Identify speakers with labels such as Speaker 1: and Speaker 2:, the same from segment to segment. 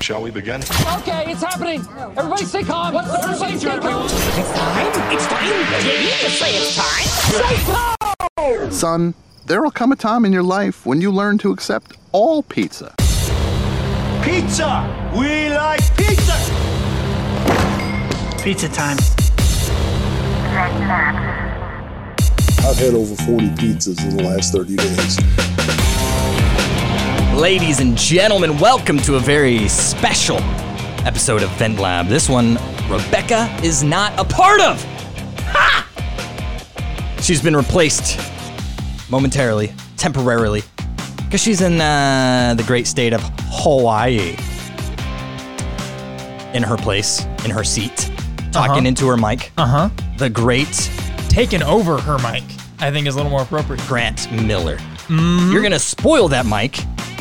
Speaker 1: Shall we begin?
Speaker 2: Okay, it's happening. Everybody stay calm. What's the procedure, everyone?
Speaker 3: It's time. It's time. You need to say it's time.
Speaker 4: Son, there will come a time in your life when you learn to accept all pizza.
Speaker 5: Pizza! We like pizza! Pizza time.
Speaker 6: I've had over 40 pizzas in the last 30 days.
Speaker 7: Ladies and gentlemen, welcome to a very special episode of Vent Lab. This one, Rebecca is not a part of. Ha! She's been replaced momentarily, temporarily, because she's in uh, the great state of Hawaii. In her place, in her seat, talking into her mic. Uh huh. The great
Speaker 8: taken over her mic, I think is a little more appropriate.
Speaker 7: Grant Miller. Mm-hmm. You're going to spoil that mic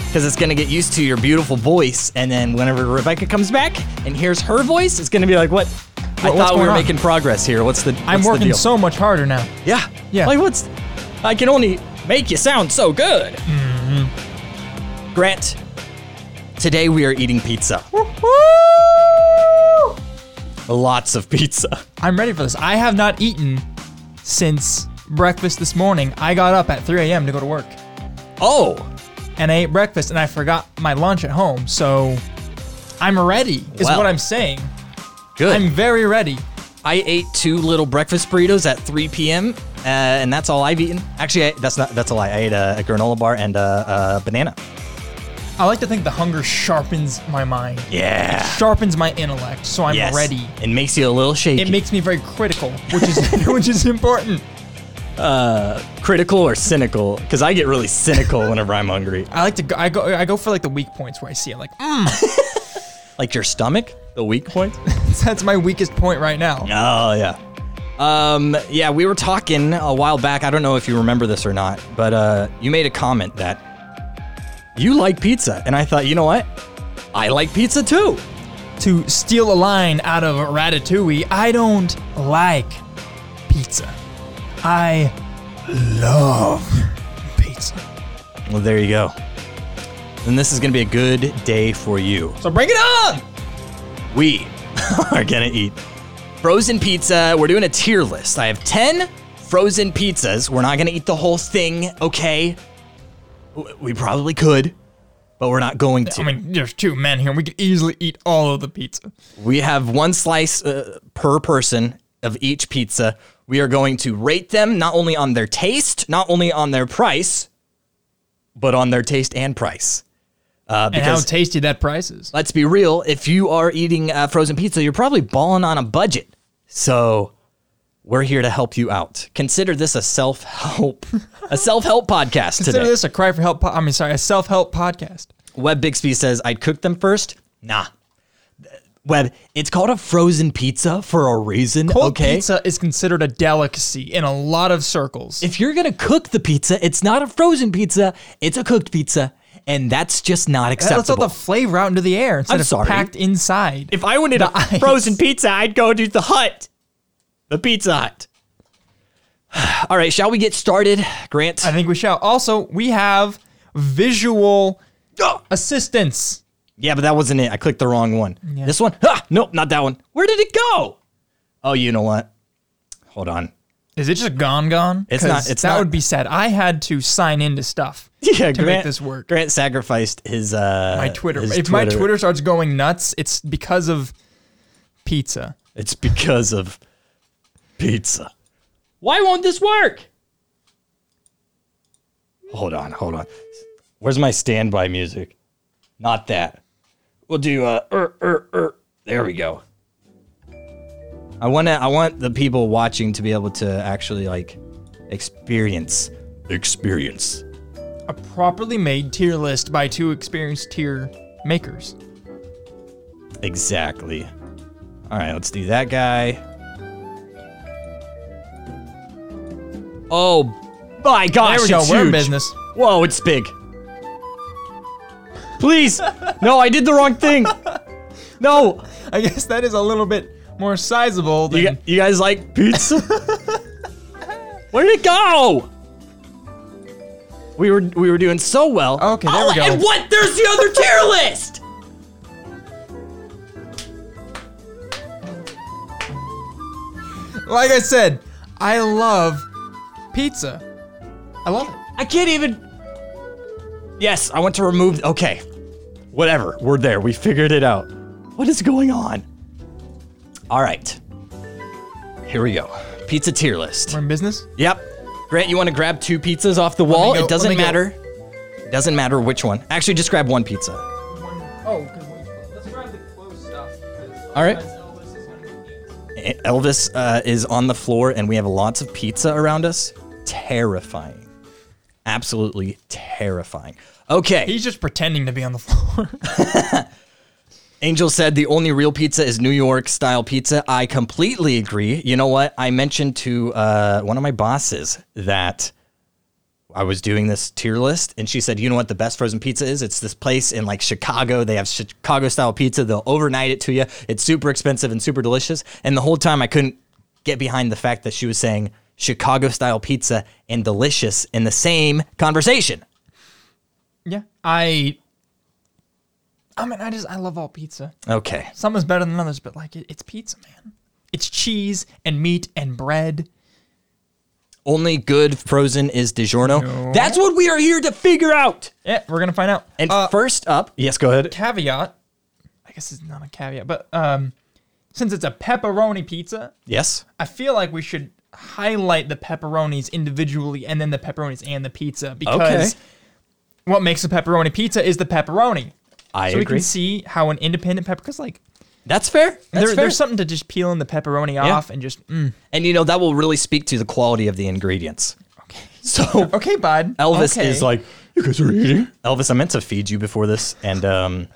Speaker 7: because it's going to get used to your beautiful voice. And then whenever Rebecca comes back and hears her voice, it's going to be like, what? I
Speaker 8: what's
Speaker 7: thought we
Speaker 8: going
Speaker 7: were
Speaker 8: on?
Speaker 7: making progress here. What's the
Speaker 8: I'm
Speaker 7: what's the
Speaker 8: working
Speaker 7: deal?
Speaker 8: so much harder now.
Speaker 7: Yeah.
Speaker 8: Yeah.
Speaker 7: Like, what's. I can only make you sound so good.
Speaker 8: Mm-hmm.
Speaker 7: Grant, today we are eating pizza. Lots of pizza.
Speaker 8: I'm ready for this. I have not eaten since breakfast this morning. I got up at 3 a.m. to go to work
Speaker 7: Oh,
Speaker 8: and I ate breakfast and I forgot my lunch at home. So I'm ready, is
Speaker 7: Wow.
Speaker 8: what I'm saying.
Speaker 7: good.
Speaker 8: I'm very ready.
Speaker 7: I ate two little breakfast burritos at 3 p.m. Uh, and that's all I've eaten. Actually, I, that's not. That's a lie. I ate a, a granola bar and a, a banana.
Speaker 8: I like to think the hunger sharpens my mind,
Speaker 7: Yeah.
Speaker 8: sharpens my intellect. So I'm
Speaker 7: yes.
Speaker 8: ready.
Speaker 7: It makes you a little shaky.
Speaker 8: It makes me very critical, which is which is important.
Speaker 7: critical or cynical, because I get really cynical whenever I'm hungry.
Speaker 8: I like to go, I go I go for like the weak points where I see it like mm,
Speaker 7: Like your stomach, the weak point.
Speaker 8: That's my weakest point right now.
Speaker 7: Oh yeah. Um, yeah, we were talking a while back. I don't know if you remember this or not, but uh, you made a comment that you like pizza, and I thought, you know what? I like pizza too.
Speaker 8: To steal a line out of Ratatouille, I don't like pizza. I love pizza.
Speaker 7: Well, there you go. And this is going to be a good day for you.
Speaker 8: So bring it on!
Speaker 7: We are going to eat frozen pizza. We're doing a tier list. I have 10 frozen pizzas. We're not going to eat the whole thing, okay? W- We probably could, but we're not going to.
Speaker 8: I mean, there's two men here. We could easily eat all of the pizza.
Speaker 7: We have one slice uh, per person of each pizza. We are going to rate them not only on their taste, not only on their price, but on their taste and price. Uh,
Speaker 8: And how tasty that price is.
Speaker 7: let's be real. If you are eating uh, frozen pizza, you're probably balling on a budget. So we're here to help you out. Consider this a self help, a self help podcast
Speaker 8: Consider
Speaker 7: today.
Speaker 8: this a cry for help. Po- I mean, sorry, a self-help podcast.
Speaker 7: Webb Bixby says I'd cook them first. Nah. Webb, it's called a frozen pizza for a reason.
Speaker 8: Cold
Speaker 7: okay.
Speaker 8: pizza is considered a delicacy in a lot of circles.
Speaker 7: If you're gonna cook the pizza, it's not a frozen pizza, it's a cooked pizza, and that's just not
Speaker 8: That lets all
Speaker 7: acceptable.
Speaker 8: the flavor out into the air instead
Speaker 7: I'm
Speaker 8: of
Speaker 7: sorry.
Speaker 8: packed inside.
Speaker 7: if I wanted
Speaker 8: The
Speaker 7: a
Speaker 8: ice.
Speaker 7: frozen pizza, I'd go to the hut. The Pizza Hut. All right, shall we get started, Grant?
Speaker 8: I think we shall. Also, we have visual assistance.
Speaker 7: yeah, but that wasn't it. I clicked the wrong one. This one? Ah, nope, not that one. Where did it go? Oh, you know what? Hold on.
Speaker 8: Is it just gone gone?
Speaker 7: It's not-
Speaker 8: 'Cause
Speaker 7: it's
Speaker 8: that
Speaker 7: not-
Speaker 8: would be sad. I had to sign into stuff
Speaker 7: Yeah,
Speaker 8: to make this work.
Speaker 7: Grant sacrificed his uh
Speaker 8: my Twitter.
Speaker 7: his
Speaker 8: If my Twitter starts going nuts, it's because of pizza.
Speaker 7: It's because of pizza. Why won't this work? Hold on, hold on. Where's my standby music? Not that. We'll do uh er, er, er. there we go. I want to I want the people watching to be able to actually like experience experience.
Speaker 8: A properly made tier list by two experienced tier makers.
Speaker 7: Exactly. All right, let's do that guy. Oh my gosh!
Speaker 8: There we go.
Speaker 7: It's
Speaker 8: We're in
Speaker 7: huge.
Speaker 8: business.
Speaker 7: Whoa, it's big. Please, no, I did the wrong thing. No,
Speaker 8: I guess that is a little bit more sizable than
Speaker 7: you, gu- you guys like pizza? Where did it go? We were we were doing so well.
Speaker 8: Okay, there
Speaker 7: oh,
Speaker 8: we go.
Speaker 7: And what? There's the other tier list.
Speaker 8: Like I said, I love pizza. I love it.
Speaker 7: I can't even. Yes, I want to remove. Okay. Whatever. We're there. We figured it out. What is going on? All right. Here we go. Pizza tier list.
Speaker 8: We're in business.
Speaker 7: Yep. Grant, you want to grab two pizzas off the wall?
Speaker 8: go-
Speaker 7: it doesn't
Speaker 8: let me go.
Speaker 7: matter. It doesn't matter which one. Actually, just grab one pizza.
Speaker 8: Oh,
Speaker 7: All right. Elvis uh, is on the floor, and we have lots of pizza around us. Terrifying. Absolutely terrifying. Okay.
Speaker 8: he's just pretending to be on the floor.
Speaker 7: Angel said the only real pizza is New York style pizza. I completely agree. You know what? I mentioned to uh, one of my bosses that I was doing this tier list, and she said, "You know what the best frozen pizza is? It's this place in like Chicago. They have Chicago style pizza. They'll overnight it to you. It's super expensive and super delicious." And the whole time, I couldn't get behind the fact that she was saying Chicago style pizza and delicious in the same conversation.
Speaker 8: yeah, I. I mean, I just I love all pizza.
Speaker 7: Okay.
Speaker 8: Some is better than others, but like it, it's pizza, man. It's cheese and meat and bread.
Speaker 7: Only good frozen is DiGiorno.
Speaker 8: No.
Speaker 7: That's what we are here to figure out.
Speaker 8: Yeah, we're gonna find out.
Speaker 7: And
Speaker 8: Uh,
Speaker 7: first up, yes, go ahead.
Speaker 8: caveat. I guess it's not a caveat, but um, since it's a pepperoni pizza,
Speaker 7: Yes.
Speaker 8: I feel like we should highlight the pepperonis individually and then the pepperonis and the pizza because what makes a pepperoni pizza is the pepperoni.
Speaker 7: I
Speaker 8: so we can see how an independent pepper, because like
Speaker 7: That's fair. That's
Speaker 8: there,
Speaker 7: fair.
Speaker 8: there's something to just peeling the pepperoni off and just mm,
Speaker 7: and you know that will really speak to the quality of the ingredients. Okay. So
Speaker 8: okay, bud.
Speaker 7: Elvis
Speaker 8: okay.
Speaker 7: is like, you guys are eating. Elvis, I meant to feed you before this, and um,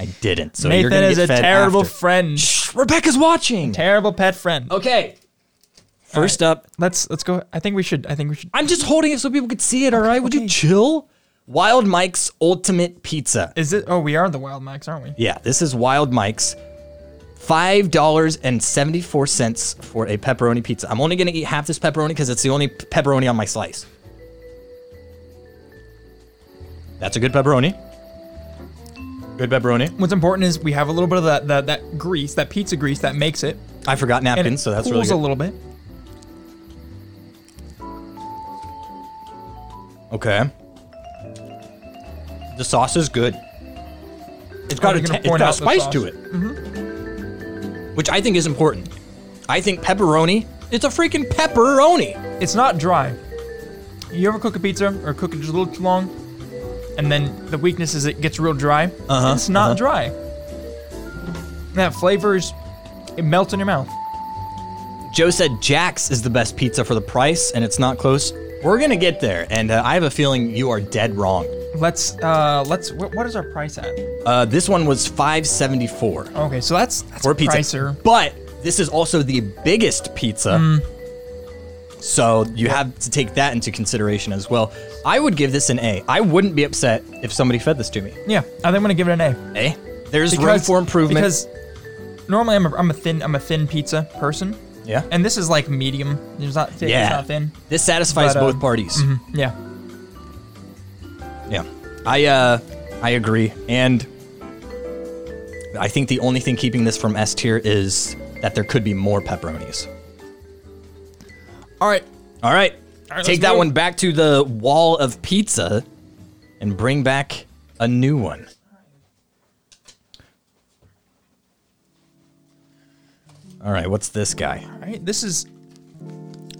Speaker 7: I didn't. So you're
Speaker 8: Nathan
Speaker 7: gonna
Speaker 8: is
Speaker 7: get
Speaker 8: a
Speaker 7: fed
Speaker 8: terrible
Speaker 7: after.
Speaker 8: friend,
Speaker 7: Shh, Rebecca's watching.
Speaker 8: terrible pet friend.
Speaker 7: okay. First up,
Speaker 8: Oh, Let's let's go. I think we should. I think we should.
Speaker 7: I'm just holding it so people could see it. All right, would
Speaker 8: okay.
Speaker 7: you chill? Wild Mike's Ultimate Pizza.
Speaker 8: Is it? Oh, we are the Wild Max, aren't we?
Speaker 7: Yeah, this is Wild Mike's. Five dollars and seventy-four cents for a pepperoni pizza. I'm only gonna eat half this pepperoni because it's the only p- pepperoni on my slice. That's a good pepperoni. Good pepperoni.
Speaker 8: What's important is we have a little bit of that that, that grease, that pizza grease that makes it,
Speaker 7: I forgot
Speaker 8: and
Speaker 7: napkins,
Speaker 8: it
Speaker 7: so that's really
Speaker 8: cools
Speaker 7: good.
Speaker 8: a little bit.
Speaker 7: okay. The sauce is good. It's got
Speaker 8: Oh,
Speaker 7: a, t-
Speaker 8: you're gonna
Speaker 7: it's
Speaker 8: point
Speaker 7: got a
Speaker 8: out the
Speaker 7: spice
Speaker 8: sauce.
Speaker 7: to
Speaker 8: Mm-hmm.
Speaker 7: it, which I think is important. I think pepperoni. It's a freaking pepperoni.
Speaker 8: It's not dry. You ever cook a pizza or cook it just a little too long, and then the weakness is it gets real dry. Uh-huh, it's not dry. That flavors, it melts in your mouth.
Speaker 7: Joe said Jack's is the best pizza for the price, and it's not close. We're gonna get there, and uh, I have a feeling you are dead wrong.
Speaker 8: Let's uh let's what, what is our price at?
Speaker 7: Uh, this one was five seventy four
Speaker 8: Okay, so that's that's
Speaker 7: for
Speaker 8: a
Speaker 7: a pizza,
Speaker 8: pricer.
Speaker 7: but this is also the biggest pizza.
Speaker 8: Mm.
Speaker 7: So you have to take that into consideration as well. I would give this an A. I wouldn't be upset if somebody fed this to me.
Speaker 8: Yeah, I think I'm gonna give it an A.
Speaker 7: A. There's room for improvement.
Speaker 8: Because normally I'm a, I'm a thin I'm a thin pizza person.
Speaker 7: Yeah.
Speaker 8: And this is like medium. It's not thick. It's
Speaker 7: yeah,
Speaker 8: not thin.
Speaker 7: this satisfies
Speaker 8: But, um,
Speaker 7: both parties.
Speaker 8: Yeah.
Speaker 7: Yeah. I uh I agree. And I think the only thing keeping this from S tier is that there could be more pepperonis.
Speaker 8: All right.
Speaker 7: All right.
Speaker 8: right,
Speaker 7: Take
Speaker 8: let's
Speaker 7: that
Speaker 8: go.
Speaker 7: one back to the wall of pizza and bring back a new one. All right, what's this guy?
Speaker 8: All right. This is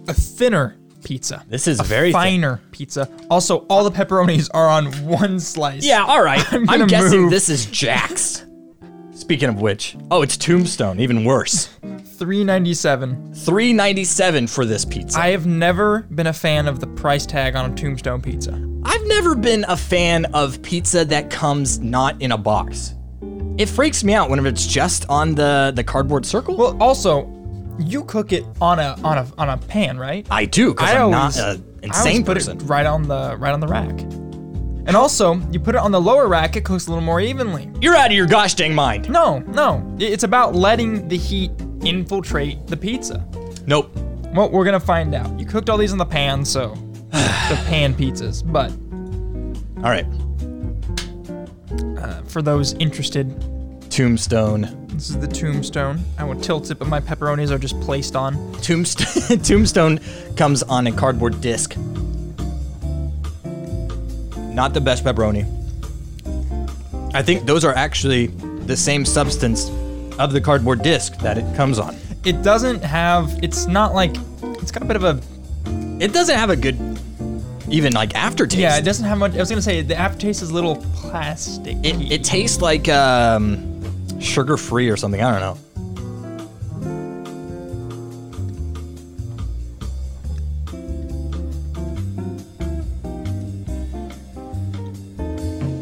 Speaker 8: a thinner pizza.
Speaker 7: This is
Speaker 8: a
Speaker 7: very thin.
Speaker 8: finer pizza. Also, all the pepperonis are on one slice.
Speaker 7: Yeah, all right. I'm,
Speaker 8: gonna
Speaker 7: guessing
Speaker 8: move.
Speaker 7: this is Jack's. Speaking of which, oh, it's Tombstone, even worse.
Speaker 8: 397.
Speaker 7: 397 for this pizza.
Speaker 8: I have never been a fan of the price tag on a tombstone pizza.
Speaker 7: I've never been a fan of pizza that comes not in a box. It freaks me out whenever it's just on the, the cardboard circle.
Speaker 8: Well, also, you cook it on a on a on a pan, right?
Speaker 7: I do because I'm not an
Speaker 8: I always
Speaker 7: insane
Speaker 8: put
Speaker 7: person.
Speaker 8: It right on the right on the rack. And also, you put it on the lower rack, it cooks a little more evenly.
Speaker 7: You're out of your gosh dang mind.
Speaker 8: No, no, i- it's about letting the heat infiltrate the pizza.
Speaker 7: Nope.
Speaker 8: Well, we're gonna find out. You cooked all these in the pan, so the pan pizzas. But
Speaker 7: All right.
Speaker 8: uh, for those interested,
Speaker 7: tombstone.
Speaker 8: This is the tombstone. I will tilt it, but my pepperonis are just placed on.
Speaker 7: Tombstone. tombstone comes on a cardboard disc. Not the best pepperoni. I think those are actually the same substance of the cardboard disc that it comes on.
Speaker 8: It doesn't have. It's not like. It's got a bit of a.
Speaker 7: It doesn't have a good, even like aftertaste.
Speaker 8: Yeah, it doesn't have much. I was gonna say the aftertaste is a little plastic.
Speaker 7: It, it tastes like um, sugar free or something. I don't know.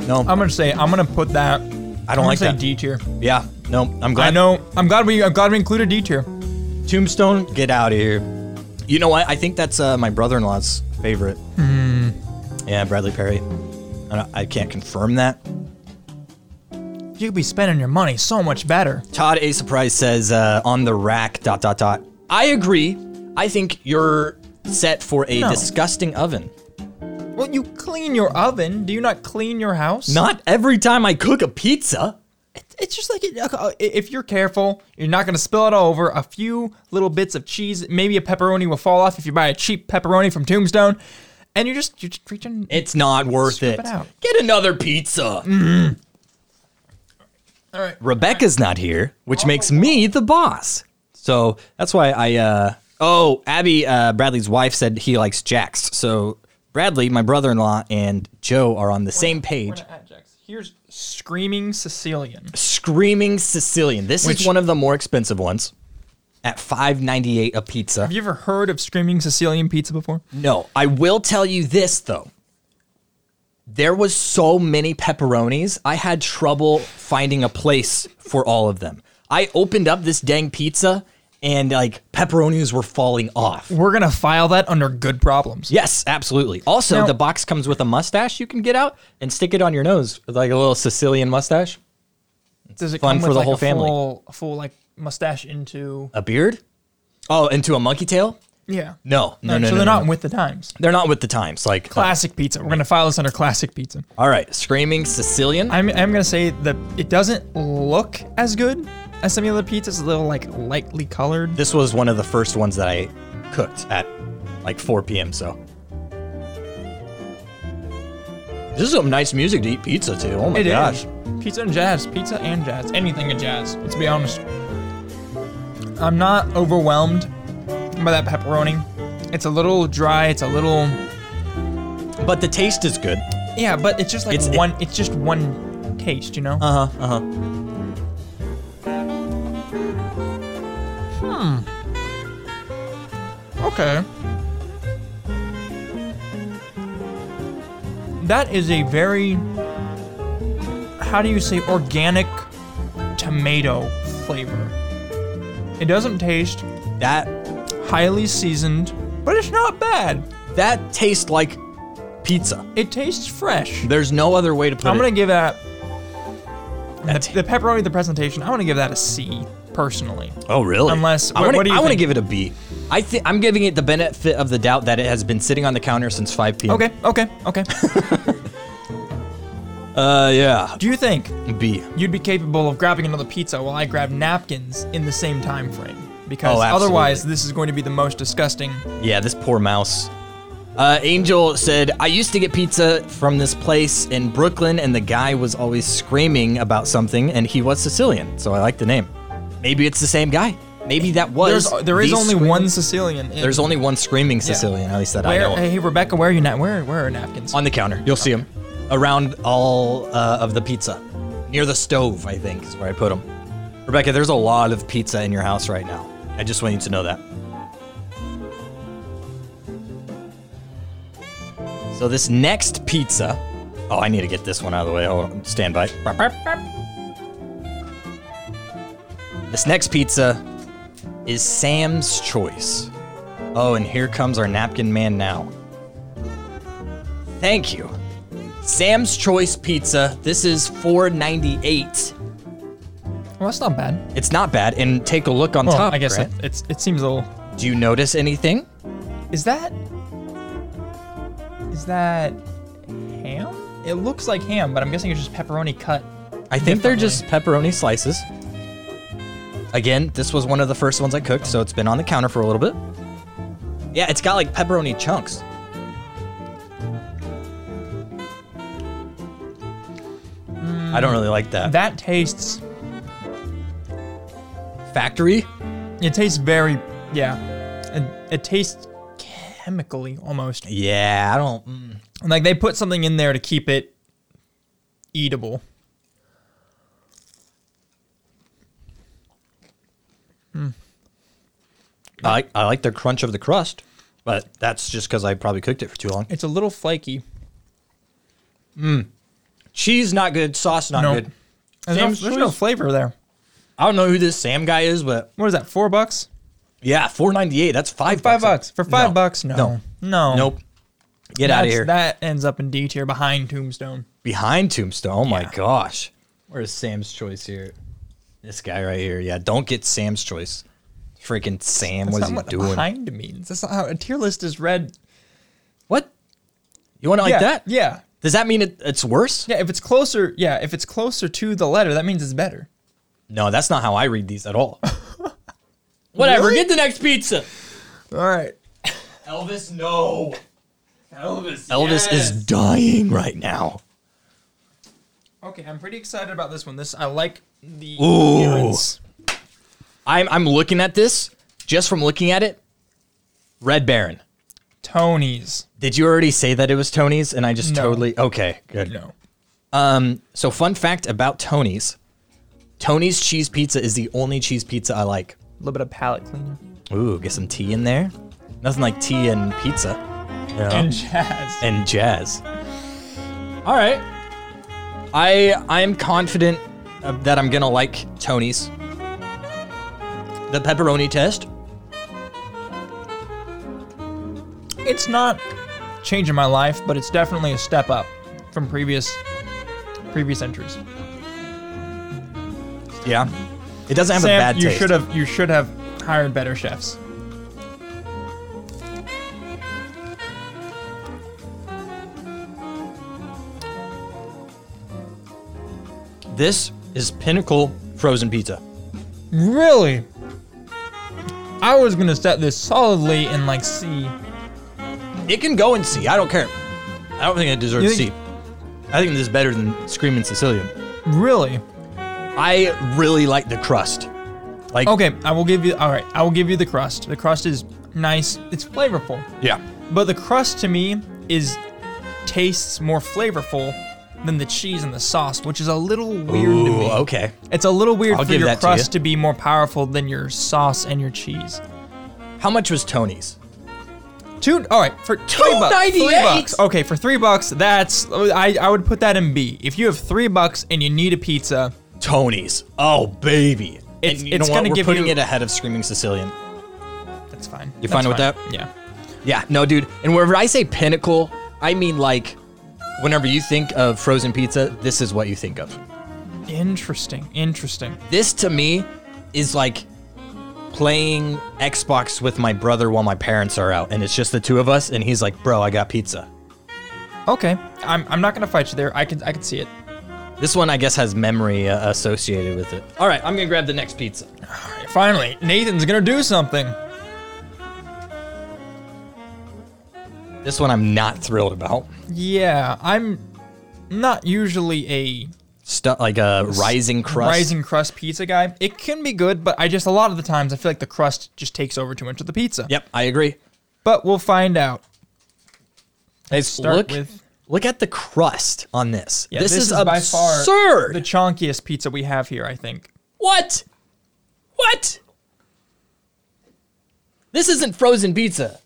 Speaker 7: No,
Speaker 8: I'm gonna say I'm gonna put that.
Speaker 7: I don't
Speaker 8: I'm
Speaker 7: like
Speaker 8: gonna say
Speaker 7: that.
Speaker 8: D tier.
Speaker 7: yeah, no, I'm glad.
Speaker 8: I know. I'm glad we. I'm glad we included D tier.
Speaker 7: Tombstone, get out of here. You know what? I think that's uh, my brother-in-law's favorite.
Speaker 8: Hmm.
Speaker 7: Yeah, Bradley Perry. I, don't, I can't confirm that.
Speaker 8: You could be spending your money so much better.
Speaker 7: Todd A Surprise says uh, on the rack dot dot dot. I agree. I think you're set for a
Speaker 8: No.
Speaker 7: disgusting oven.
Speaker 8: Well, you clean your oven. Do you not clean your house?
Speaker 7: Not every time I cook a pizza.
Speaker 8: It's just like it, uh, if you're careful, you're not gonna spill it all over. A few little bits of cheese, maybe a pepperoni will fall off if you buy a cheap pepperoni from Tombstone, and you're just you're just reaching.
Speaker 7: It's not worth
Speaker 8: Strip
Speaker 7: it.
Speaker 8: it out. Mm-hmm.
Speaker 7: Get another pizza.
Speaker 8: All right. Oh,
Speaker 7: Rebecca's not here, which makes me the boss. So that's why I. Uh, oh, Abby, uh, Bradley's wife said he likes Jax. So Bradley, my brother-in-law, and Joe are on the same
Speaker 8: We're
Speaker 7: page.
Speaker 8: not at Jack's. Here's screaming Sicilian.
Speaker 7: Screaming Sicilian. This is
Speaker 8: Which-
Speaker 7: one of the more expensive ones. At five ninety eight a pizza.
Speaker 8: Have you ever heard of screaming Sicilian pizza before?
Speaker 7: No, I will tell you this though. There was so many pepperonis, I had trouble finding a place for all of them. I opened up this dang pizza and like pepperonis were falling off.
Speaker 8: We're gonna file that under good problems.
Speaker 7: Yes, absolutely. Also,
Speaker 8: Now-
Speaker 7: the box comes with a mustache you can get out and stick it on your nose, with, like a little Sicilian mustache.
Speaker 8: Does it
Speaker 7: fun
Speaker 8: come
Speaker 7: for
Speaker 8: with
Speaker 7: the
Speaker 8: like
Speaker 7: whole
Speaker 8: a
Speaker 7: family.
Speaker 8: Full, a full like mustache into
Speaker 7: A beard? Oh, into a monkey tail?
Speaker 8: yeah.
Speaker 7: No, no, no, no.
Speaker 8: so they're
Speaker 7: no,
Speaker 8: not
Speaker 7: no.
Speaker 8: with the times.
Speaker 7: They're not with the times. Like,
Speaker 8: Classic pizza. We're gonna file this under classic pizza.
Speaker 7: all right, screaming Sicilian.
Speaker 8: I'm, I'm gonna say that it doesn't look as good as some of the other pizzas. It's a little like lightly colored.
Speaker 7: this was one of the first ones that I cooked at like 4 p.m. So this is some nice music to eat pizza to. Oh my
Speaker 8: It is
Speaker 7: gosh!
Speaker 8: pizza and jazz, pizza and jazz, anything in jazz. Let's be honest. I'm not overwhelmed by that pepperoni. It's a little dry. It's a little
Speaker 7: But the taste is good.
Speaker 8: yeah, but it's just like
Speaker 7: It's- it-
Speaker 8: one. it's just one taste, you know.
Speaker 7: Uh huh. Uh huh.
Speaker 8: Hmm. Okay. That is a very, how do you say, organic tomato flavor. It doesn't taste
Speaker 7: That
Speaker 8: highly seasoned, but it's not bad.
Speaker 7: that tastes like pizza.
Speaker 8: It tastes fresh.
Speaker 7: There's no other way to put
Speaker 8: I'm
Speaker 7: it.
Speaker 8: gonna give that
Speaker 7: That's-
Speaker 8: the, the pepperoni, the presentation. I'm gonna give that a C personally.
Speaker 7: oh really?
Speaker 8: Unless-
Speaker 7: I
Speaker 8: what-
Speaker 7: wanna-
Speaker 8: what do you
Speaker 7: I want to
Speaker 8: think?
Speaker 7: give it a B. I think I'm giving it the benefit of the doubt that it has been sitting on the counter since 5 p.m.
Speaker 8: Okay, okay, okay.
Speaker 7: Uh yeah.
Speaker 8: do you think
Speaker 7: B.
Speaker 8: you'd be capable of grabbing another pizza while I grab napkins in the same time frame. Because
Speaker 7: Oh, absolutely.
Speaker 8: otherwise, this is going to be the most disgusting.
Speaker 7: Yeah, this poor mouse. Uh, Angel said, I used to get pizza from this place in Brooklyn, and the guy was always screaming about something, and he was Sicilian, so I like the name. Maybe it's the same guy. Maybe that was.
Speaker 8: There's, there is
Speaker 7: the
Speaker 8: only
Speaker 7: scream-
Speaker 8: one Sicilian. In,
Speaker 7: There's only one screaming Sicilian, at least that I
Speaker 8: where,
Speaker 7: know. of.
Speaker 8: Hey, Rebecca, where are you na- Where, where are napkins?
Speaker 7: On the counter, you'll see him around all uh, of the pizza, near the stove. I think is where I put them. Rebecca, there's a lot of pizza in your house right now. I just want you to know that. So this next pizza, oh, I need to get this one out of the way. Hold on, stand by. This next pizza is Sam's Choice. Oh, and here comes our napkin man now. Thank you. Sam's Choice Pizza. This is $4.98.
Speaker 8: well, that's not bad.
Speaker 7: It's not bad. And take a look on
Speaker 8: Well,
Speaker 7: top.
Speaker 8: I guess
Speaker 7: Grant.
Speaker 8: it, it's it seems a little.
Speaker 7: Do you notice anything?
Speaker 8: Is that? Is that ham? It looks like ham, but I'm guessing it's just pepperoni cut.
Speaker 7: I think they're just pepperoni slices. Again, this was one of the first ones I cooked, so it's been on the counter for a little bit. Yeah, it's got like pepperoni chunks. I don't really like that.
Speaker 8: Hmm. That tastes.
Speaker 7: Factory?
Speaker 8: It tastes very. Yeah. It, it tastes chemically almost.
Speaker 7: Yeah, I don't. mm.
Speaker 8: Like they put something in there to keep it eatable.
Speaker 7: I like, I like the crunch of the crust, but that's just because I probably cooked it for too long.
Speaker 8: It's a little flaky.
Speaker 7: Cheese not good, sauce not
Speaker 8: No.
Speaker 7: good.
Speaker 8: There's, no,
Speaker 7: Sam's
Speaker 8: there's no
Speaker 7: Choice?
Speaker 8: flavor there.
Speaker 7: I don't know who this Sam guy is, but
Speaker 8: What is that? Four bucks?
Speaker 7: yeah, four ninety eight. That's five.
Speaker 8: Five
Speaker 7: bucks
Speaker 8: bucks for five bucks? No,
Speaker 7: no,
Speaker 8: no,
Speaker 7: nope. Get out of
Speaker 8: That's-
Speaker 7: here.
Speaker 8: That ends up in D tier behind Tombstone.
Speaker 7: Behind Tombstone. Oh my gosh. Where's Sam's choice here? This guy right here. Yeah, don't get Sam's choice. Freaking Sam,
Speaker 8: That's
Speaker 7: what is
Speaker 8: not
Speaker 7: he
Speaker 8: what
Speaker 7: doing?
Speaker 8: behind means. That's not how a tier list is read.
Speaker 7: What? You want to like
Speaker 8: yeah,
Speaker 7: that?
Speaker 8: Yeah,
Speaker 7: Does that mean it, it's worse?
Speaker 8: yeah. If it's closer, yeah. If it's closer to the letter, that means it's better.
Speaker 7: No, that's not how I read these at all. Whatever. Get the next pizza.
Speaker 8: All right.
Speaker 7: Elvis, no. Elvis. Elvis is dying right now.
Speaker 8: Okay, I'm pretty excited about this one. This I like the
Speaker 7: Ooh.
Speaker 8: appearance.
Speaker 7: I'm I'm looking at this just from looking at it. Red Baron.
Speaker 8: Tony's.
Speaker 7: Did you already say that it was Tony's? And I just
Speaker 8: No.
Speaker 7: totally okay. Good.
Speaker 8: No.
Speaker 7: So fun fact about Tony's. Tony's cheese pizza is the only cheese pizza I like.
Speaker 8: A little bit of palate cleaner.
Speaker 7: Ooh, get some tea in there. Nothing like tea and pizza. you know?
Speaker 8: And jazz.
Speaker 7: Oh. and jazz. All right. I I am confident uh, that I'm gonna like Tony's. The pepperoni test.
Speaker 8: it's not changing my life, but it's definitely a step up from previous previous entries.
Speaker 7: Yeah. It doesn't have
Speaker 8: Sam,
Speaker 7: a bad
Speaker 8: you
Speaker 7: taste.
Speaker 8: should have you should have hired better chefs.
Speaker 7: This is pinnacle frozen pizza.
Speaker 8: Really? I was gonna set this solidly in like C.
Speaker 7: It can go and see. I don't care. I don't think it
Speaker 8: You
Speaker 7: deserves
Speaker 8: think-
Speaker 7: C. I think this is better than Screaming Sicilian.
Speaker 8: Really?
Speaker 7: I really like the crust. Like
Speaker 8: Okay, I will give you all right, I will give you the crust. The crust is nice, it's flavorful.
Speaker 7: yeah.
Speaker 8: But the crust to me is tastes more flavorful than the cheese and the sauce, which is a little weird to
Speaker 7: Ooh,
Speaker 8: me.
Speaker 7: okay.
Speaker 8: It's a little weird
Speaker 7: I'll
Speaker 8: for
Speaker 7: give
Speaker 8: your
Speaker 7: that to
Speaker 8: crust
Speaker 7: you.
Speaker 8: to, be more powerful than your sauce and your cheese.
Speaker 7: How much was Tony's?
Speaker 8: Two. All right, for three bucks. Three
Speaker 7: $2.98.
Speaker 8: bucks. Okay, for three bucks, that's I I would put that in B. If you have three bucks and you need a pizza,
Speaker 7: Tony's. Oh baby.
Speaker 8: It's-
Speaker 7: and you
Speaker 8: it's
Speaker 7: know what?
Speaker 8: gonna
Speaker 7: We're
Speaker 8: give
Speaker 7: putting
Speaker 8: you-
Speaker 7: it ahead of Screaming Sicilian.
Speaker 8: that's fine.
Speaker 7: You
Speaker 8: That's
Speaker 7: fine with that?
Speaker 8: Yeah.
Speaker 7: Yeah, no, dude. And whenever I say pinnacle, I mean like whenever you think of frozen pizza, this is what you think of.
Speaker 8: Interesting. Interesting.
Speaker 7: This to me is like playing Xbox with my brother while my parents are out, and it's just the two of us, and he's like, Bro, I got pizza.
Speaker 8: Okay, I'm I'm not gonna fight you there. I can I can see it.
Speaker 7: This one, I guess, has memory uh, associated with it. All right, I'm gonna grab the next pizza.
Speaker 8: All right, finally, Nathan's gonna do something.
Speaker 7: This one I'm not thrilled about.
Speaker 8: Yeah, I'm not usually a
Speaker 7: Stuff like a rising crust.
Speaker 8: rising crust pizza guy. It can be good, but I just a lot of the times I feel like the crust just takes over too much of the pizza.
Speaker 7: Yep, I agree.
Speaker 8: But we'll find out.
Speaker 7: Let's
Speaker 8: start
Speaker 7: look,
Speaker 8: with-
Speaker 7: look at the crust on this.
Speaker 8: Yeah,
Speaker 7: this, is,
Speaker 8: by far
Speaker 7: absurd.
Speaker 8: the chunkiest pizza we have here, I think.
Speaker 7: What? What? This isn't frozen pizza.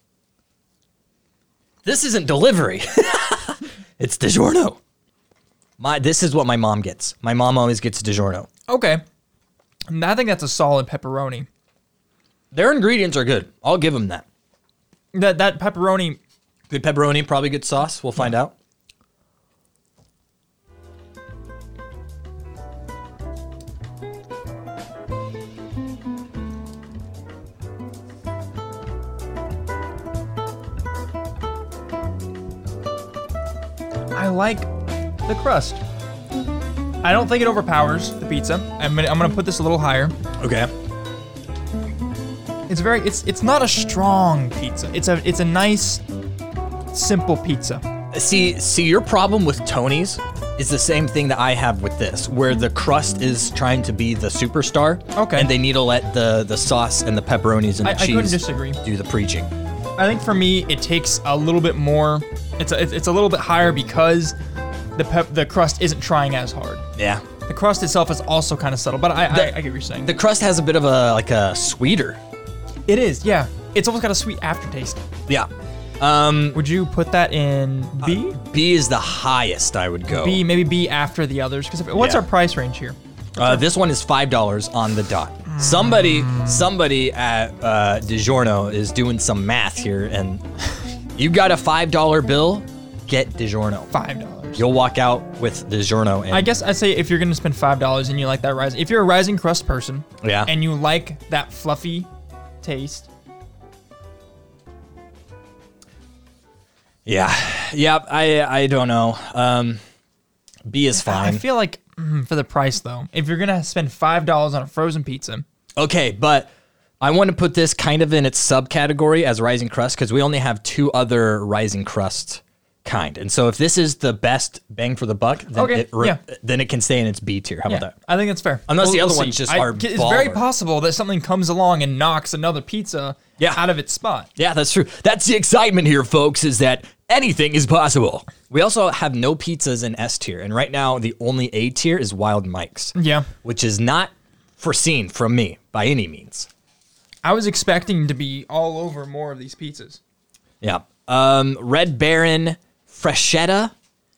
Speaker 7: This isn't delivery. it's DiGiorno. My this is what my mom gets. My mom always gets DiGiorno.
Speaker 8: Okay. And I think that's a solid pepperoni.
Speaker 7: Their ingredients are good. I'll give them that.
Speaker 8: That that pepperoni
Speaker 7: Good pepperoni, probably good sauce. We'll find out.
Speaker 8: I like the crust. I I don't think it overpowers the pizza. I'm gonna, I'm gonna put this a little higher.
Speaker 7: Okay.
Speaker 8: It's very it's it's not a strong pizza. It's a it's a nice simple pizza.
Speaker 7: See, see, your problem with Tony's is the same thing that I have with this, where the crust is trying to be the superstar.
Speaker 8: Okay.
Speaker 7: And they need to let the the sauce and the pepperonis and
Speaker 8: I-
Speaker 7: the
Speaker 8: I
Speaker 7: cheese
Speaker 8: couldn't disagree.
Speaker 7: do the preaching.
Speaker 8: I think for me it takes a little bit more. It's a, it's a little bit higher because the pep, the crust isn't trying as hard.
Speaker 7: Yeah.
Speaker 8: The crust itself is also kind of subtle, but I, I, I
Speaker 7: The-
Speaker 8: get what you're saying.
Speaker 7: The crust has a bit of a like a sweeter.
Speaker 8: it is, yeah. It's almost got a sweet aftertaste.
Speaker 7: Yeah. Um,
Speaker 8: Would you put that in B?
Speaker 7: B is the highest I would go.
Speaker 8: B, maybe B after the others. Because what's
Speaker 7: Yeah.
Speaker 8: our price range here?
Speaker 7: Uh, this one is five dollars on the dot. Somebody, somebody at uh, DiGiorno is doing some math here, and you got a five dollar bill, get DiGiorno.
Speaker 8: Five dollars.
Speaker 7: You'll walk out with DiGiorno, and
Speaker 8: I guess I say if you're gonna spend five dollars and you like that rising, if you're a rising crust person,
Speaker 7: Yeah.
Speaker 8: and you like that fluffy taste,
Speaker 7: yeah, yeah. I I don't know. Um, B is
Speaker 8: I
Speaker 7: fine.
Speaker 8: feel like mm, for the price though, if you're gonna spend five dollars on a frozen pizza,
Speaker 7: okay, but I want to put this kind of in its subcategory as rising crust because we only have two other rising crust kind, and so if this is the best bang for the buck, then
Speaker 8: Okay,
Speaker 7: it re-
Speaker 8: yeah.
Speaker 7: then it can stay in its B tier. How
Speaker 8: yeah,
Speaker 7: about that?
Speaker 8: I think that's fair.
Speaker 7: Unless the other one's just our
Speaker 8: It's very
Speaker 7: baller.
Speaker 8: possible that something comes along and knocks another pizza
Speaker 7: Yeah.
Speaker 8: out of its spot.
Speaker 7: Yeah, that's true. That's the excitement here, folks, is that anything is possible. We also have no pizzas in S tier, and right now the only A tier is Wild Mike's.
Speaker 8: Yeah.
Speaker 7: Which is not foreseen from me by any means.
Speaker 8: I was expecting to be all over more of these pizzas.
Speaker 7: Yeah. Um, Red Baron, Freshetta,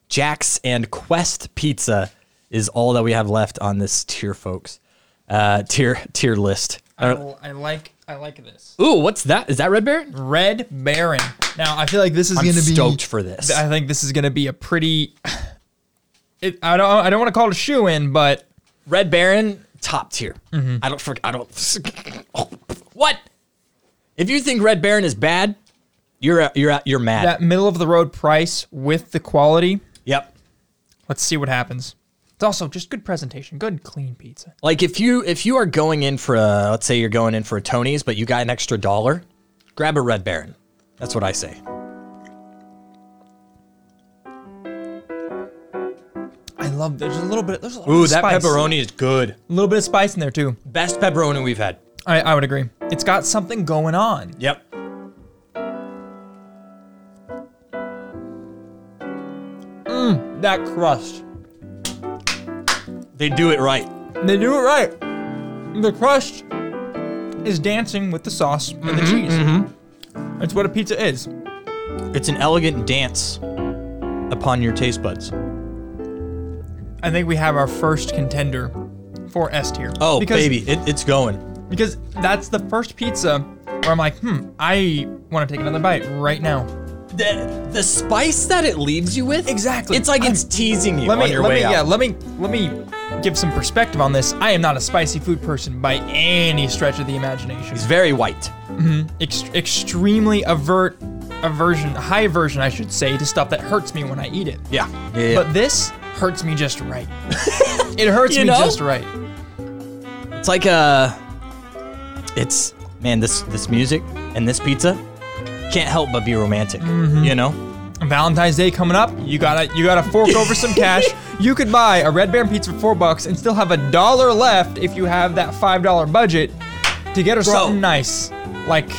Speaker 7: Jack's, and Quest Pizza is all that we have left on this tier, folks. Uh, tier tier list.
Speaker 8: I, l- I like I like this.
Speaker 7: Ooh, what's that? Is that Red Baron?
Speaker 8: Red Baron. Now I feel like this is
Speaker 7: I'm
Speaker 8: gonna be
Speaker 7: stoked for this.
Speaker 8: I think this is gonna be a pretty. It, I don't. I don't want to call it a shoe in, but
Speaker 7: Red Baron, top tier. I don't. For, I don't. Oh, what? If you think Red Baron is bad, you're a- you're a- you're mad.
Speaker 8: that middle of the road price with the quality.
Speaker 7: yep.
Speaker 8: Let's see what happens. It's also just good presentation, good clean pizza.
Speaker 7: Like if you if you are going in for a let's say you're going in for a Tony's, but you got an extra dollar, grab a Red Baron. That's what I say.
Speaker 8: I love. There's a little bit. There's a little
Speaker 7: Ooh,
Speaker 8: bit of
Speaker 7: that
Speaker 8: spice.
Speaker 7: pepperoni is good.
Speaker 8: A little bit of spice in there too.
Speaker 7: Best pepperoni we've had.
Speaker 8: I, I would agree. It's got something going on.
Speaker 7: Yep.
Speaker 8: That crust.
Speaker 7: They do it right.
Speaker 8: They do it right. The crust is dancing with the sauce and
Speaker 7: Mm-hmm,
Speaker 8: the cheese. That's what a pizza is.
Speaker 7: It's an elegant dance upon your taste buds.
Speaker 8: I think we have our first contender for S tier.
Speaker 7: Oh,
Speaker 8: because,
Speaker 7: baby, it, it's going.
Speaker 8: Because that's the first pizza where I'm like, hmm, I want to take another bite right now.
Speaker 7: The, the spice that it leaves you with.
Speaker 8: Exactly.
Speaker 7: It's like
Speaker 8: I'm-
Speaker 7: it's teasing you
Speaker 8: Let
Speaker 7: on
Speaker 8: me,
Speaker 7: your
Speaker 8: let
Speaker 7: way
Speaker 8: me,
Speaker 7: out.
Speaker 8: yeah, let me, let me give some perspective on this. I am not a spicy food person by any stretch of the imagination.
Speaker 7: It's very white.
Speaker 8: Ex- extremely avert, aversion, high aversion, I should say, to stuff that hurts me when I eat it.
Speaker 7: Yeah.
Speaker 8: But this hurts me just right. it hurts
Speaker 7: You
Speaker 8: me
Speaker 7: know?
Speaker 8: just right.
Speaker 7: But it's like a. It's man, this this music and this pizza can't help but be romantic. You know.
Speaker 8: Valentine's Day coming up. You gotta you gotta fork over some cash. You could buy a Red Baron pizza for four bucks and still have a dollar left if you have that five dollar budget to get her something nice. Like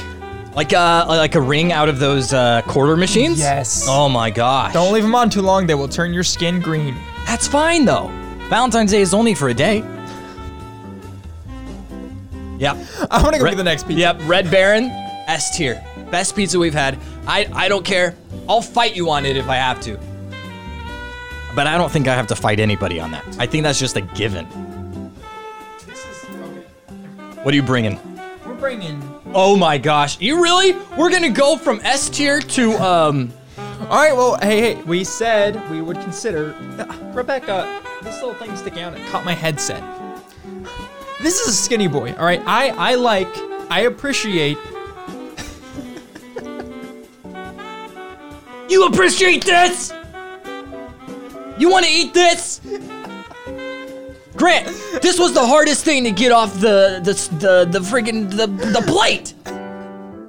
Speaker 7: Like a like a ring out of those uh, quarter machines.
Speaker 8: Yes.
Speaker 7: Oh my gosh.
Speaker 8: don't leave them on too long; they will turn your skin green.
Speaker 7: That's fine though. Valentine's Day is only for a day. Yep.
Speaker 8: I want to go
Speaker 7: Red-
Speaker 8: get the next pizza.
Speaker 7: Yep. Red Baron, S tier, best pizza we've had. I I don't care. I'll fight you on it if I have to. But I don't think I have to fight anybody on that. I think that's just a given. What are you bringing?
Speaker 8: We're bringing.
Speaker 7: Oh my gosh! You really? We're gonna go from S tier to um.
Speaker 8: All right. Well, hey, hey. We said we would consider Ah, Rebecca. This little thing sticking out. It caught my headset. This is a skinny boy. All right. I I like. I appreciate
Speaker 7: You appreciate this? You want to eat this? Grant, this was the hardest thing to get off the the the, the friggin' the the plate.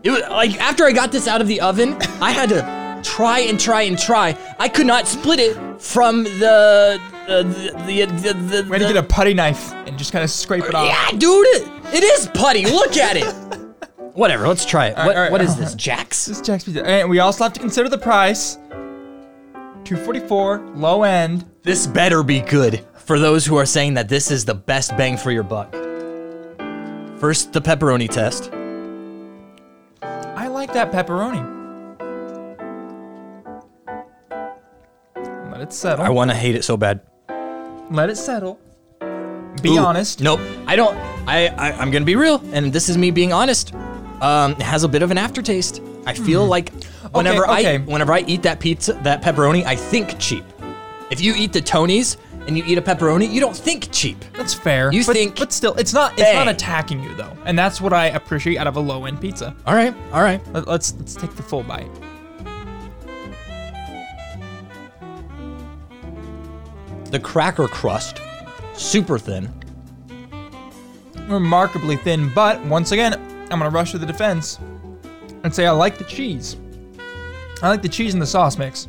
Speaker 7: It was like after I got this out of the oven, I had to try and try and try. I could not split it from the uh, the the the. the,
Speaker 8: We had to get a putty knife and just kind of scrape it off.
Speaker 7: yeah, dude, it, it is putty. Look at it. Whatever, let's try it. what,
Speaker 8: all right,
Speaker 7: what is
Speaker 8: all
Speaker 7: this, Jax?
Speaker 8: This Jack's Pizza. And we also have to consider the price. 244 low end.
Speaker 7: This better be good for those who are saying that this is the best bang for your buck. First, the pepperoni test.
Speaker 8: I like that pepperoni. Let it settle.
Speaker 9: I want to hate it so bad.
Speaker 8: Let it settle. Be
Speaker 9: Ooh,
Speaker 8: honest.
Speaker 9: Nope.
Speaker 7: I don't. I, I I'm gonna be real, and this is me being honest. Um, it has a bit of an aftertaste. I feel like whenever
Speaker 8: Hmm. okay.
Speaker 7: I whenever I eat that pizza, that pepperoni, I think cheap. If you eat the Tonys and you eat a pepperoni, you don't think cheap.
Speaker 8: That's fair.
Speaker 7: You
Speaker 8: but,
Speaker 7: think-
Speaker 8: but still, it's not it's not
Speaker 7: Bang.
Speaker 8: attacking you though, and that's what I appreciate out of a low end pizza.
Speaker 7: All right, all right.
Speaker 8: Let, let's let's take the full bite.
Speaker 7: The cracker crust, super thin.
Speaker 8: Remarkably thin, but once again, I'm gonna rush to the defense and say I like the cheese. I like the cheese in the sauce mix.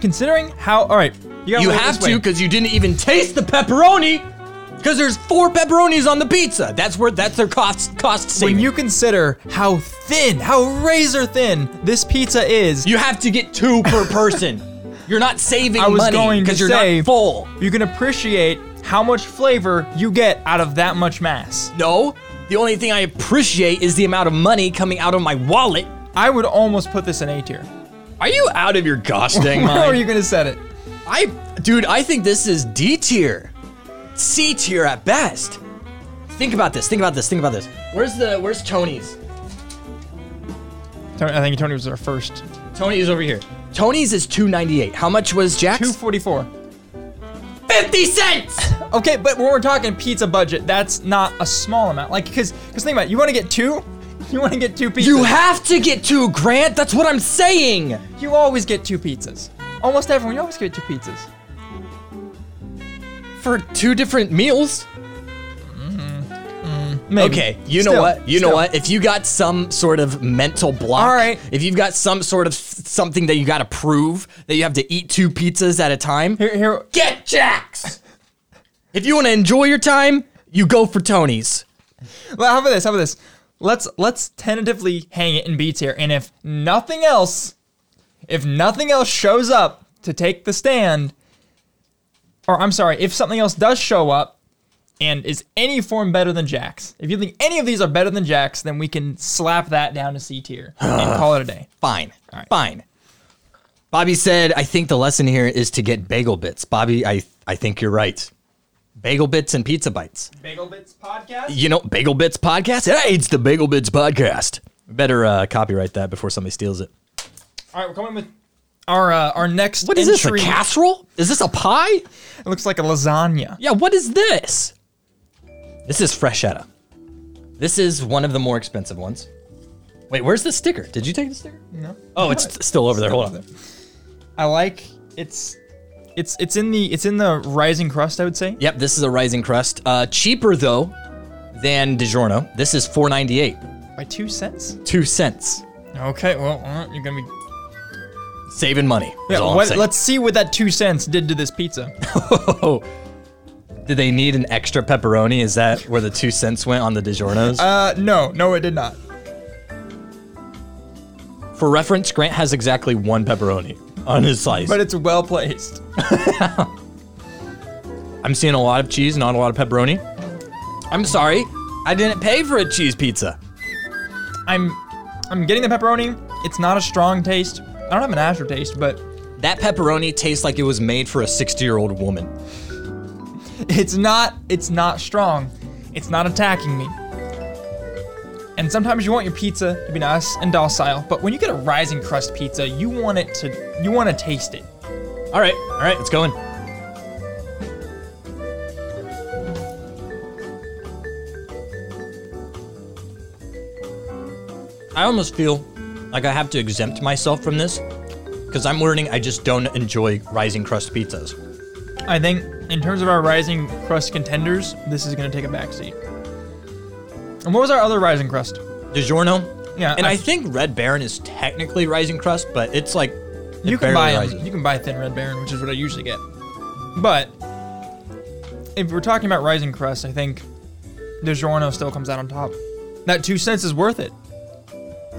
Speaker 8: Considering how, all right, you, gotta
Speaker 7: You
Speaker 8: look at it
Speaker 7: have
Speaker 8: this way.
Speaker 7: to because you didn't even taste the pepperoni. Because there's four pepperonis on the pizza. That's where that's their cost cost saving.
Speaker 8: When you consider how thin, how razor thin this pizza is,
Speaker 7: You have to get two per person. You're not saving
Speaker 8: I was
Speaker 7: money
Speaker 8: going to
Speaker 7: because you're
Speaker 8: say-
Speaker 7: not full.
Speaker 8: you can appreciate how much flavor you get out of that much mass.
Speaker 7: No, the only thing I appreciate is the amount of money coming out of my wallet.
Speaker 8: I would almost put this in A tier.
Speaker 7: Are you out of your gosh dang
Speaker 8: How are
Speaker 7: mind?
Speaker 8: you gonna set it?
Speaker 7: I, dude, I think this is D tier, C tier at best. Think about this. Think about this. Think about this. Where's the Where's Tony's?
Speaker 8: Tony- I think Tony was our first.
Speaker 7: Tony is over here. Tony's is 298. How much was Jack's?
Speaker 8: 244.
Speaker 7: 50 cents.
Speaker 8: Okay, but when we're talking pizza budget, that's not a small amount. Like, cause, cause think about it. You want to get two? You want to get two pizzas?
Speaker 7: You have to get two, Grant. That's what I'm saying.
Speaker 8: You always get two pizzas. Almost everyone, you always get two pizzas.
Speaker 7: For two different meals?
Speaker 8: Maybe.
Speaker 7: Okay, you know
Speaker 8: Still,
Speaker 7: what? You know
Speaker 8: still.
Speaker 7: what? If you got some sort of mental block,
Speaker 8: All right.
Speaker 7: if you've got some sort of s- something that you got to prove that you have to eat two pizzas at a time,
Speaker 8: Here, here.
Speaker 7: get Jack's. if you want to enjoy your time, you go for Tony's.
Speaker 8: Well, how about this? How about this? Let's let's tentatively hang it in B tier, and if nothing else, if nothing else shows up to take the stand, or I'm sorry, if something else does show up and is any form better than Jack's, if you think any of these are better than Jack's, then we can slap that down to C tier and call it a day.
Speaker 7: Fine.
Speaker 8: right.
Speaker 7: Fine. Bobby said, I think the lesson here is to get bagel bits. Bobby, I I think you're right. Bagel bits and pizza bites.
Speaker 8: Bagel Bits podcast.
Speaker 7: You know, Bagel Bits podcast? Hey, it's the Bagel Bits podcast. Better uh, copyright that before somebody steals it.
Speaker 8: All right, we're coming with our uh, our next.
Speaker 7: What is this? A
Speaker 8: entry.
Speaker 7: casserole? Is this a pie?
Speaker 8: It looks like a lasagna.
Speaker 7: Yeah, what is this? This is freshetta. This is one of the more expensive ones. Wait, where's the sticker? Did you take the sticker?
Speaker 8: No.
Speaker 7: Oh, it's st- still over there. Hold on.
Speaker 8: I like it's it's it's in the it's in the rising crust, I would say.
Speaker 7: Yep, this is a rising crust. Uh, cheaper though than DiGiorno. This is 4.98,
Speaker 8: By two cents?
Speaker 7: 2 cents.
Speaker 8: Okay, well, all right, you're gonna be.
Speaker 7: Saving money. is
Speaker 8: Yeah,
Speaker 7: all I'm
Speaker 8: what,
Speaker 7: saying.
Speaker 8: let's see what that two cents did to this pizza.
Speaker 7: Oh. Did they need an extra pepperoni? Is that where the 2 cents went on the DiGiornos?
Speaker 8: Uh, no, no, it did not.
Speaker 7: For reference, Grant has exactly one pepperoni on his slice.
Speaker 8: But it's well placed.
Speaker 7: I'm seeing a lot of cheese, not a lot of pepperoni. I'm sorry, I didn't pay for a cheese pizza.
Speaker 8: I'm, I'm getting the pepperoni. It's not a strong taste. I don't have an aftertaste, but
Speaker 7: That pepperoni tastes like it was made for a 60 year old woman.
Speaker 8: it's not, it's not strong. It's not attacking me. And sometimes you want your pizza to be nice and docile, but when you get a rising crust pizza, you want it to, you want to taste it.
Speaker 7: All right, all right, let's go in. I almost feel like I have to exempt myself from this because I'm learning I just don't enjoy rising crust pizzas.
Speaker 8: I think in terms of our rising crust contenders, this is going to take a backseat. And what was our other rising crust?
Speaker 7: DiGiorno.
Speaker 8: Yeah,
Speaker 7: And I,
Speaker 8: Uh, I-
Speaker 7: think Red Baron is technically Rising Crust, but it's like
Speaker 8: you
Speaker 7: it
Speaker 8: can
Speaker 7: barely
Speaker 8: buy 'em.
Speaker 7: rises.
Speaker 8: You can buy Thin Red Baron, which is what I usually get. But if we're talking about Rising Crust, I think DiGiorno still comes out on top. That two cents is worth it.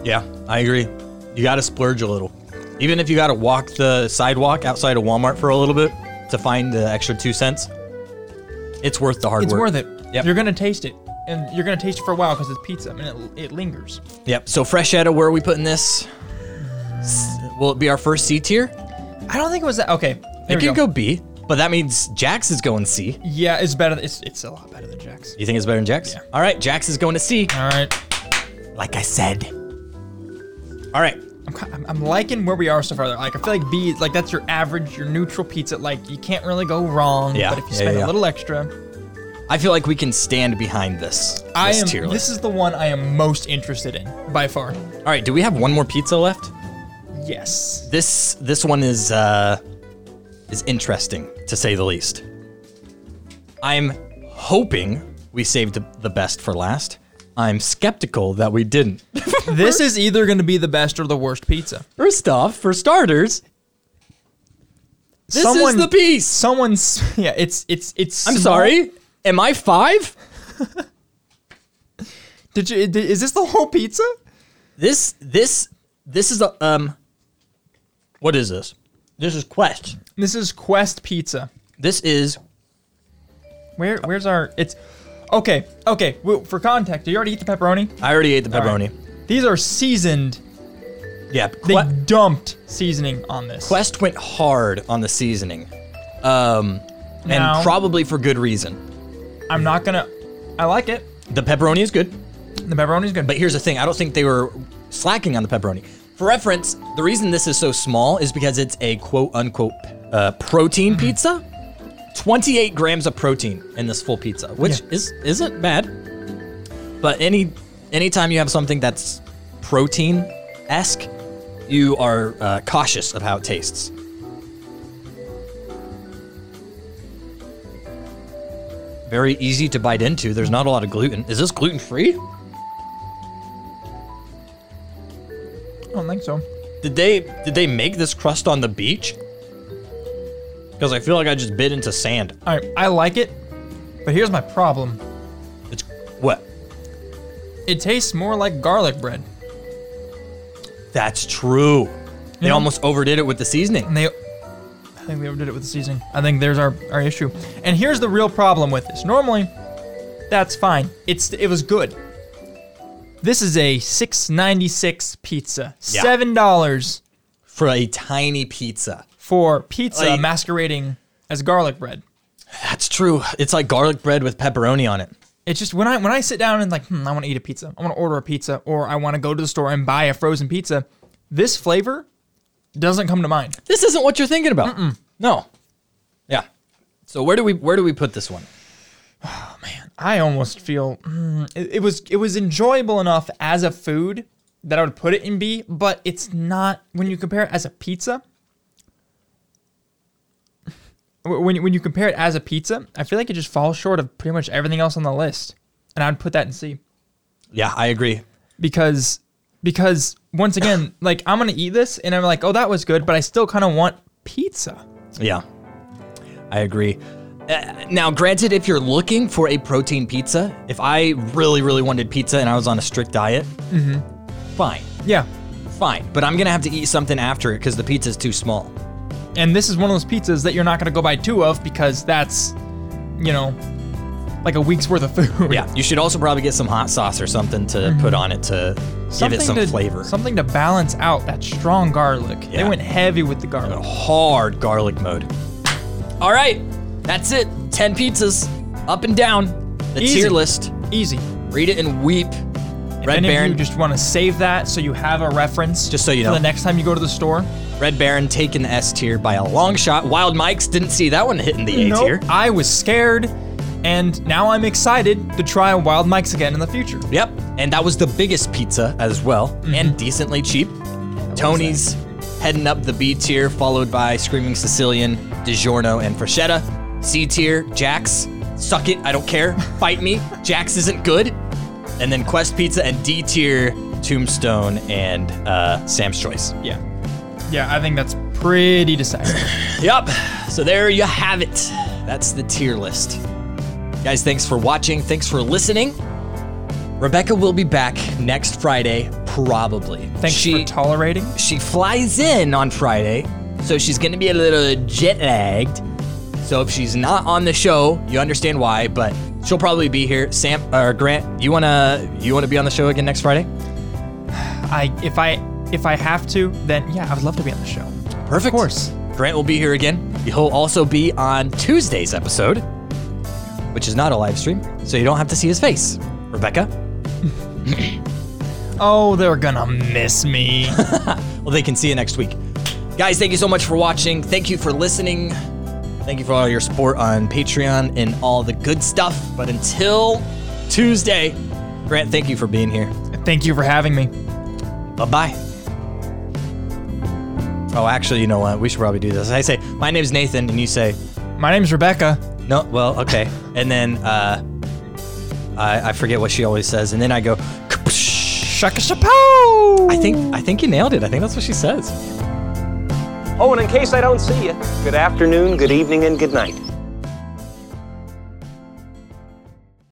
Speaker 7: Yeah, I agree. You got to splurge a little. Even if you got to walk the sidewalk outside of Walmart for a little bit to find the extra two cents, it's worth the hard
Speaker 8: It's
Speaker 7: work.
Speaker 8: worth it.
Speaker 7: Yep.
Speaker 8: You're gonna taste it, and you're gonna taste it for a while because it's pizza and it, it lingers.
Speaker 7: Yep. So, Fresh Edda, where are we putting this? S- Will it be our first C tier?
Speaker 8: I don't think it was that. Okay, there
Speaker 7: It
Speaker 8: we
Speaker 7: can go. B, but that means Jax is going C.
Speaker 8: Yeah, it's better. It's it's a lot better than Jack's.
Speaker 7: You think it's better than Jax? All right, Jax is going to C,
Speaker 8: All right,
Speaker 7: like I said. All right.
Speaker 8: I'm, ki- I'm, I'm liking where we are so far. though. Like I feel like B, is- like that's your average, your neutral pizza. Like you can't really go wrong.
Speaker 7: Yeah,
Speaker 8: But if you
Speaker 7: yeah,
Speaker 8: spend
Speaker 7: yeah.
Speaker 8: a little extra,
Speaker 7: I feel like we can stand behind this.
Speaker 8: I
Speaker 7: this
Speaker 8: am.
Speaker 7: tier
Speaker 8: This
Speaker 7: list.
Speaker 8: is the one I am most interested in by far.
Speaker 7: All right, do we have one more pizza left?
Speaker 8: Yes.
Speaker 7: This this one is uh is interesting to say the least. I'm hoping we saved the best for last. I'm skeptical that we didn't.
Speaker 8: this is either gonna be the best or the worst pizza.
Speaker 7: First off, for starters, this
Speaker 8: Someone-
Speaker 7: is the piece.
Speaker 8: Someone's. Yeah. It's it's it's.
Speaker 7: I'm
Speaker 8: small.
Speaker 7: sorry. Am I five?
Speaker 8: Did you? Did, is this the whole pizza?
Speaker 7: This this this is a um what is this? This is Quest.
Speaker 8: This is Quest Pizza.
Speaker 7: This is
Speaker 8: Where where's our it's okay okay well, for context did you already eat the pepperoni
Speaker 7: I already ate the
Speaker 8: All right.
Speaker 7: pepperoni.
Speaker 8: these are seasoned
Speaker 7: Yeah,
Speaker 8: they
Speaker 7: Que-
Speaker 8: dumped seasoning on this
Speaker 7: Quest went hard on the seasoning. Um and
Speaker 8: No.
Speaker 7: probably for good reason.
Speaker 8: I'm not gonna I like it
Speaker 7: The pepperoni is good,
Speaker 8: the pepperoni's good
Speaker 7: but here's the thing, I don't think they were slacking on the pepperoni. For reference, the reason this is so small is because it's a quote unquote uh, protein pizza. 28 grams of protein in this full pizza, which
Speaker 8: Yeah.
Speaker 7: is isn't bad. But any anytime you have something that's protein esque, you are uh, cautious of how it tastes. Very easy to bite into. There's not a lot of gluten. Is this gluten free?
Speaker 8: I don't think so
Speaker 7: Did they did they make this crust on the beach? Because I feel like I just bit into sand.
Speaker 8: all right I like it but here's my problem
Speaker 7: It's what?
Speaker 8: it tastes more like garlic bread
Speaker 7: That's true. They
Speaker 8: Yeah.
Speaker 7: almost overdid it with the seasoning.
Speaker 8: and they I think they overdid it with the seasoning I think there's our our issue and here's the real problem with this normally that's fine it's it was good this is a 696 pizza
Speaker 7: Yeah.
Speaker 8: seven dollars
Speaker 7: For a tiny pizza.
Speaker 8: for pizza
Speaker 7: Like-
Speaker 8: masquerading as garlic bread.
Speaker 7: That's true. It's like garlic bread with pepperoni on it.
Speaker 8: It's just when I when I sit down and like, hmm, I want to eat a pizza. I want to order a pizza, or I want to go to the store and buy a frozen pizza. This flavor doesn't come to mind.
Speaker 7: This isn't what you're thinking about. No. Yeah. So where do we where do we put this one?
Speaker 8: I almost feel hmm, it, it was it was enjoyable enough as a food that I would put it in B, but it's not when you compare it as a pizza. Wh- When you- when you compare it as a pizza, I feel like it just falls short of pretty much everything else on the list, and I'd put that in C.
Speaker 7: Yeah, I agree.
Speaker 8: because because once again, like I'm gonna eat this and I'm like, oh, that was good, but I still kind of want pizza.
Speaker 7: Yeah. I agree. Uh, now, granted, if you're looking for a protein pizza, if I really, really wanted pizza and I was on a strict diet, fine,
Speaker 8: Yeah,
Speaker 7: fine. But I'm gonna have to eat something after it because the pizza's too small.
Speaker 8: and this is one of those pizzas that you're not gonna go buy two of because that's, you know, like a week's worth of food.
Speaker 7: Yeah, you should also probably get some hot sauce or something to put on it to give it some
Speaker 8: to,
Speaker 7: flavor.
Speaker 8: Mm-hmm. Something to balance out that strong garlic. They
Speaker 7: Yeah.
Speaker 8: went heavy with the garlic.
Speaker 7: hard garlic mode. All right, that's it. 10 pizzas up and down. The
Speaker 8: Easy.
Speaker 7: tier list.
Speaker 8: Easy.
Speaker 7: Read it and weep. Red
Speaker 8: Any of
Speaker 7: Baron,
Speaker 8: you just want to save that so you have a reference.
Speaker 7: Just so you
Speaker 8: for
Speaker 7: know.
Speaker 8: the next time you go to the store.
Speaker 7: Red Baron taking the S tier by a long shot. Wild Mikes didn't see that one hitting the A
Speaker 8: Nope.
Speaker 7: tier.
Speaker 8: I was scared, and now I'm excited to try Wild Mike's again in the future.
Speaker 7: Yep, and that was the biggest pizza as well, and decently cheap. Tony's heading up the B tier, followed by Screaming Sicilian, DiGiorno, and Freschetta. C tier, Jax, suck it, I don't care, fight me, Jax isn't good. And then Quest Pizza and D tier, Tombstone and uh, Sam's Choice.
Speaker 8: Yeah. Yeah, I think that's pretty decisive.
Speaker 7: Yup. So there you have it. That's the tier list. Guys, thanks for watching. Thanks for listening. Rebecca will be back next Friday, probably.
Speaker 8: Thanks
Speaker 7: she,
Speaker 8: for tolerating.
Speaker 7: she flies in on Friday, so she's going to be a little jet lagged. So if she's not on the show, you understand why, but she'll probably be here. Sam or Grant, you want to you want to be on the show again next Friday?
Speaker 8: I if I if I have to, then yeah, I would love to be on the show.
Speaker 7: Perfect.
Speaker 8: Of course.
Speaker 7: Grant will be here again. He'll also be on Tuesday's episode, which is not a live stream, so you don't have to see his face. Rebecca?
Speaker 8: Oh, they're gonna miss me.
Speaker 7: Well, they can see you next week. Guys, thank you so much for watching. Thank you for listening. Thank you for all your support on Patreon and all the good stuff. But until Tuesday, Grant, thank you for being here.
Speaker 8: Thank you for having me.
Speaker 7: Bye bye. Oh, actually, you know what? We should probably do this. I say, my name's Nathan, and you say,
Speaker 8: My name's Rebecca.
Speaker 7: No, well, okay. And then uh, I, I forget what she always says. And then I go, "Kapsh."
Speaker 8: Shaka Chapeau.
Speaker 7: I think I think you nailed it. I think that's what she says.
Speaker 10: Oh, and in case I don't see you, good afternoon, good evening, and good night.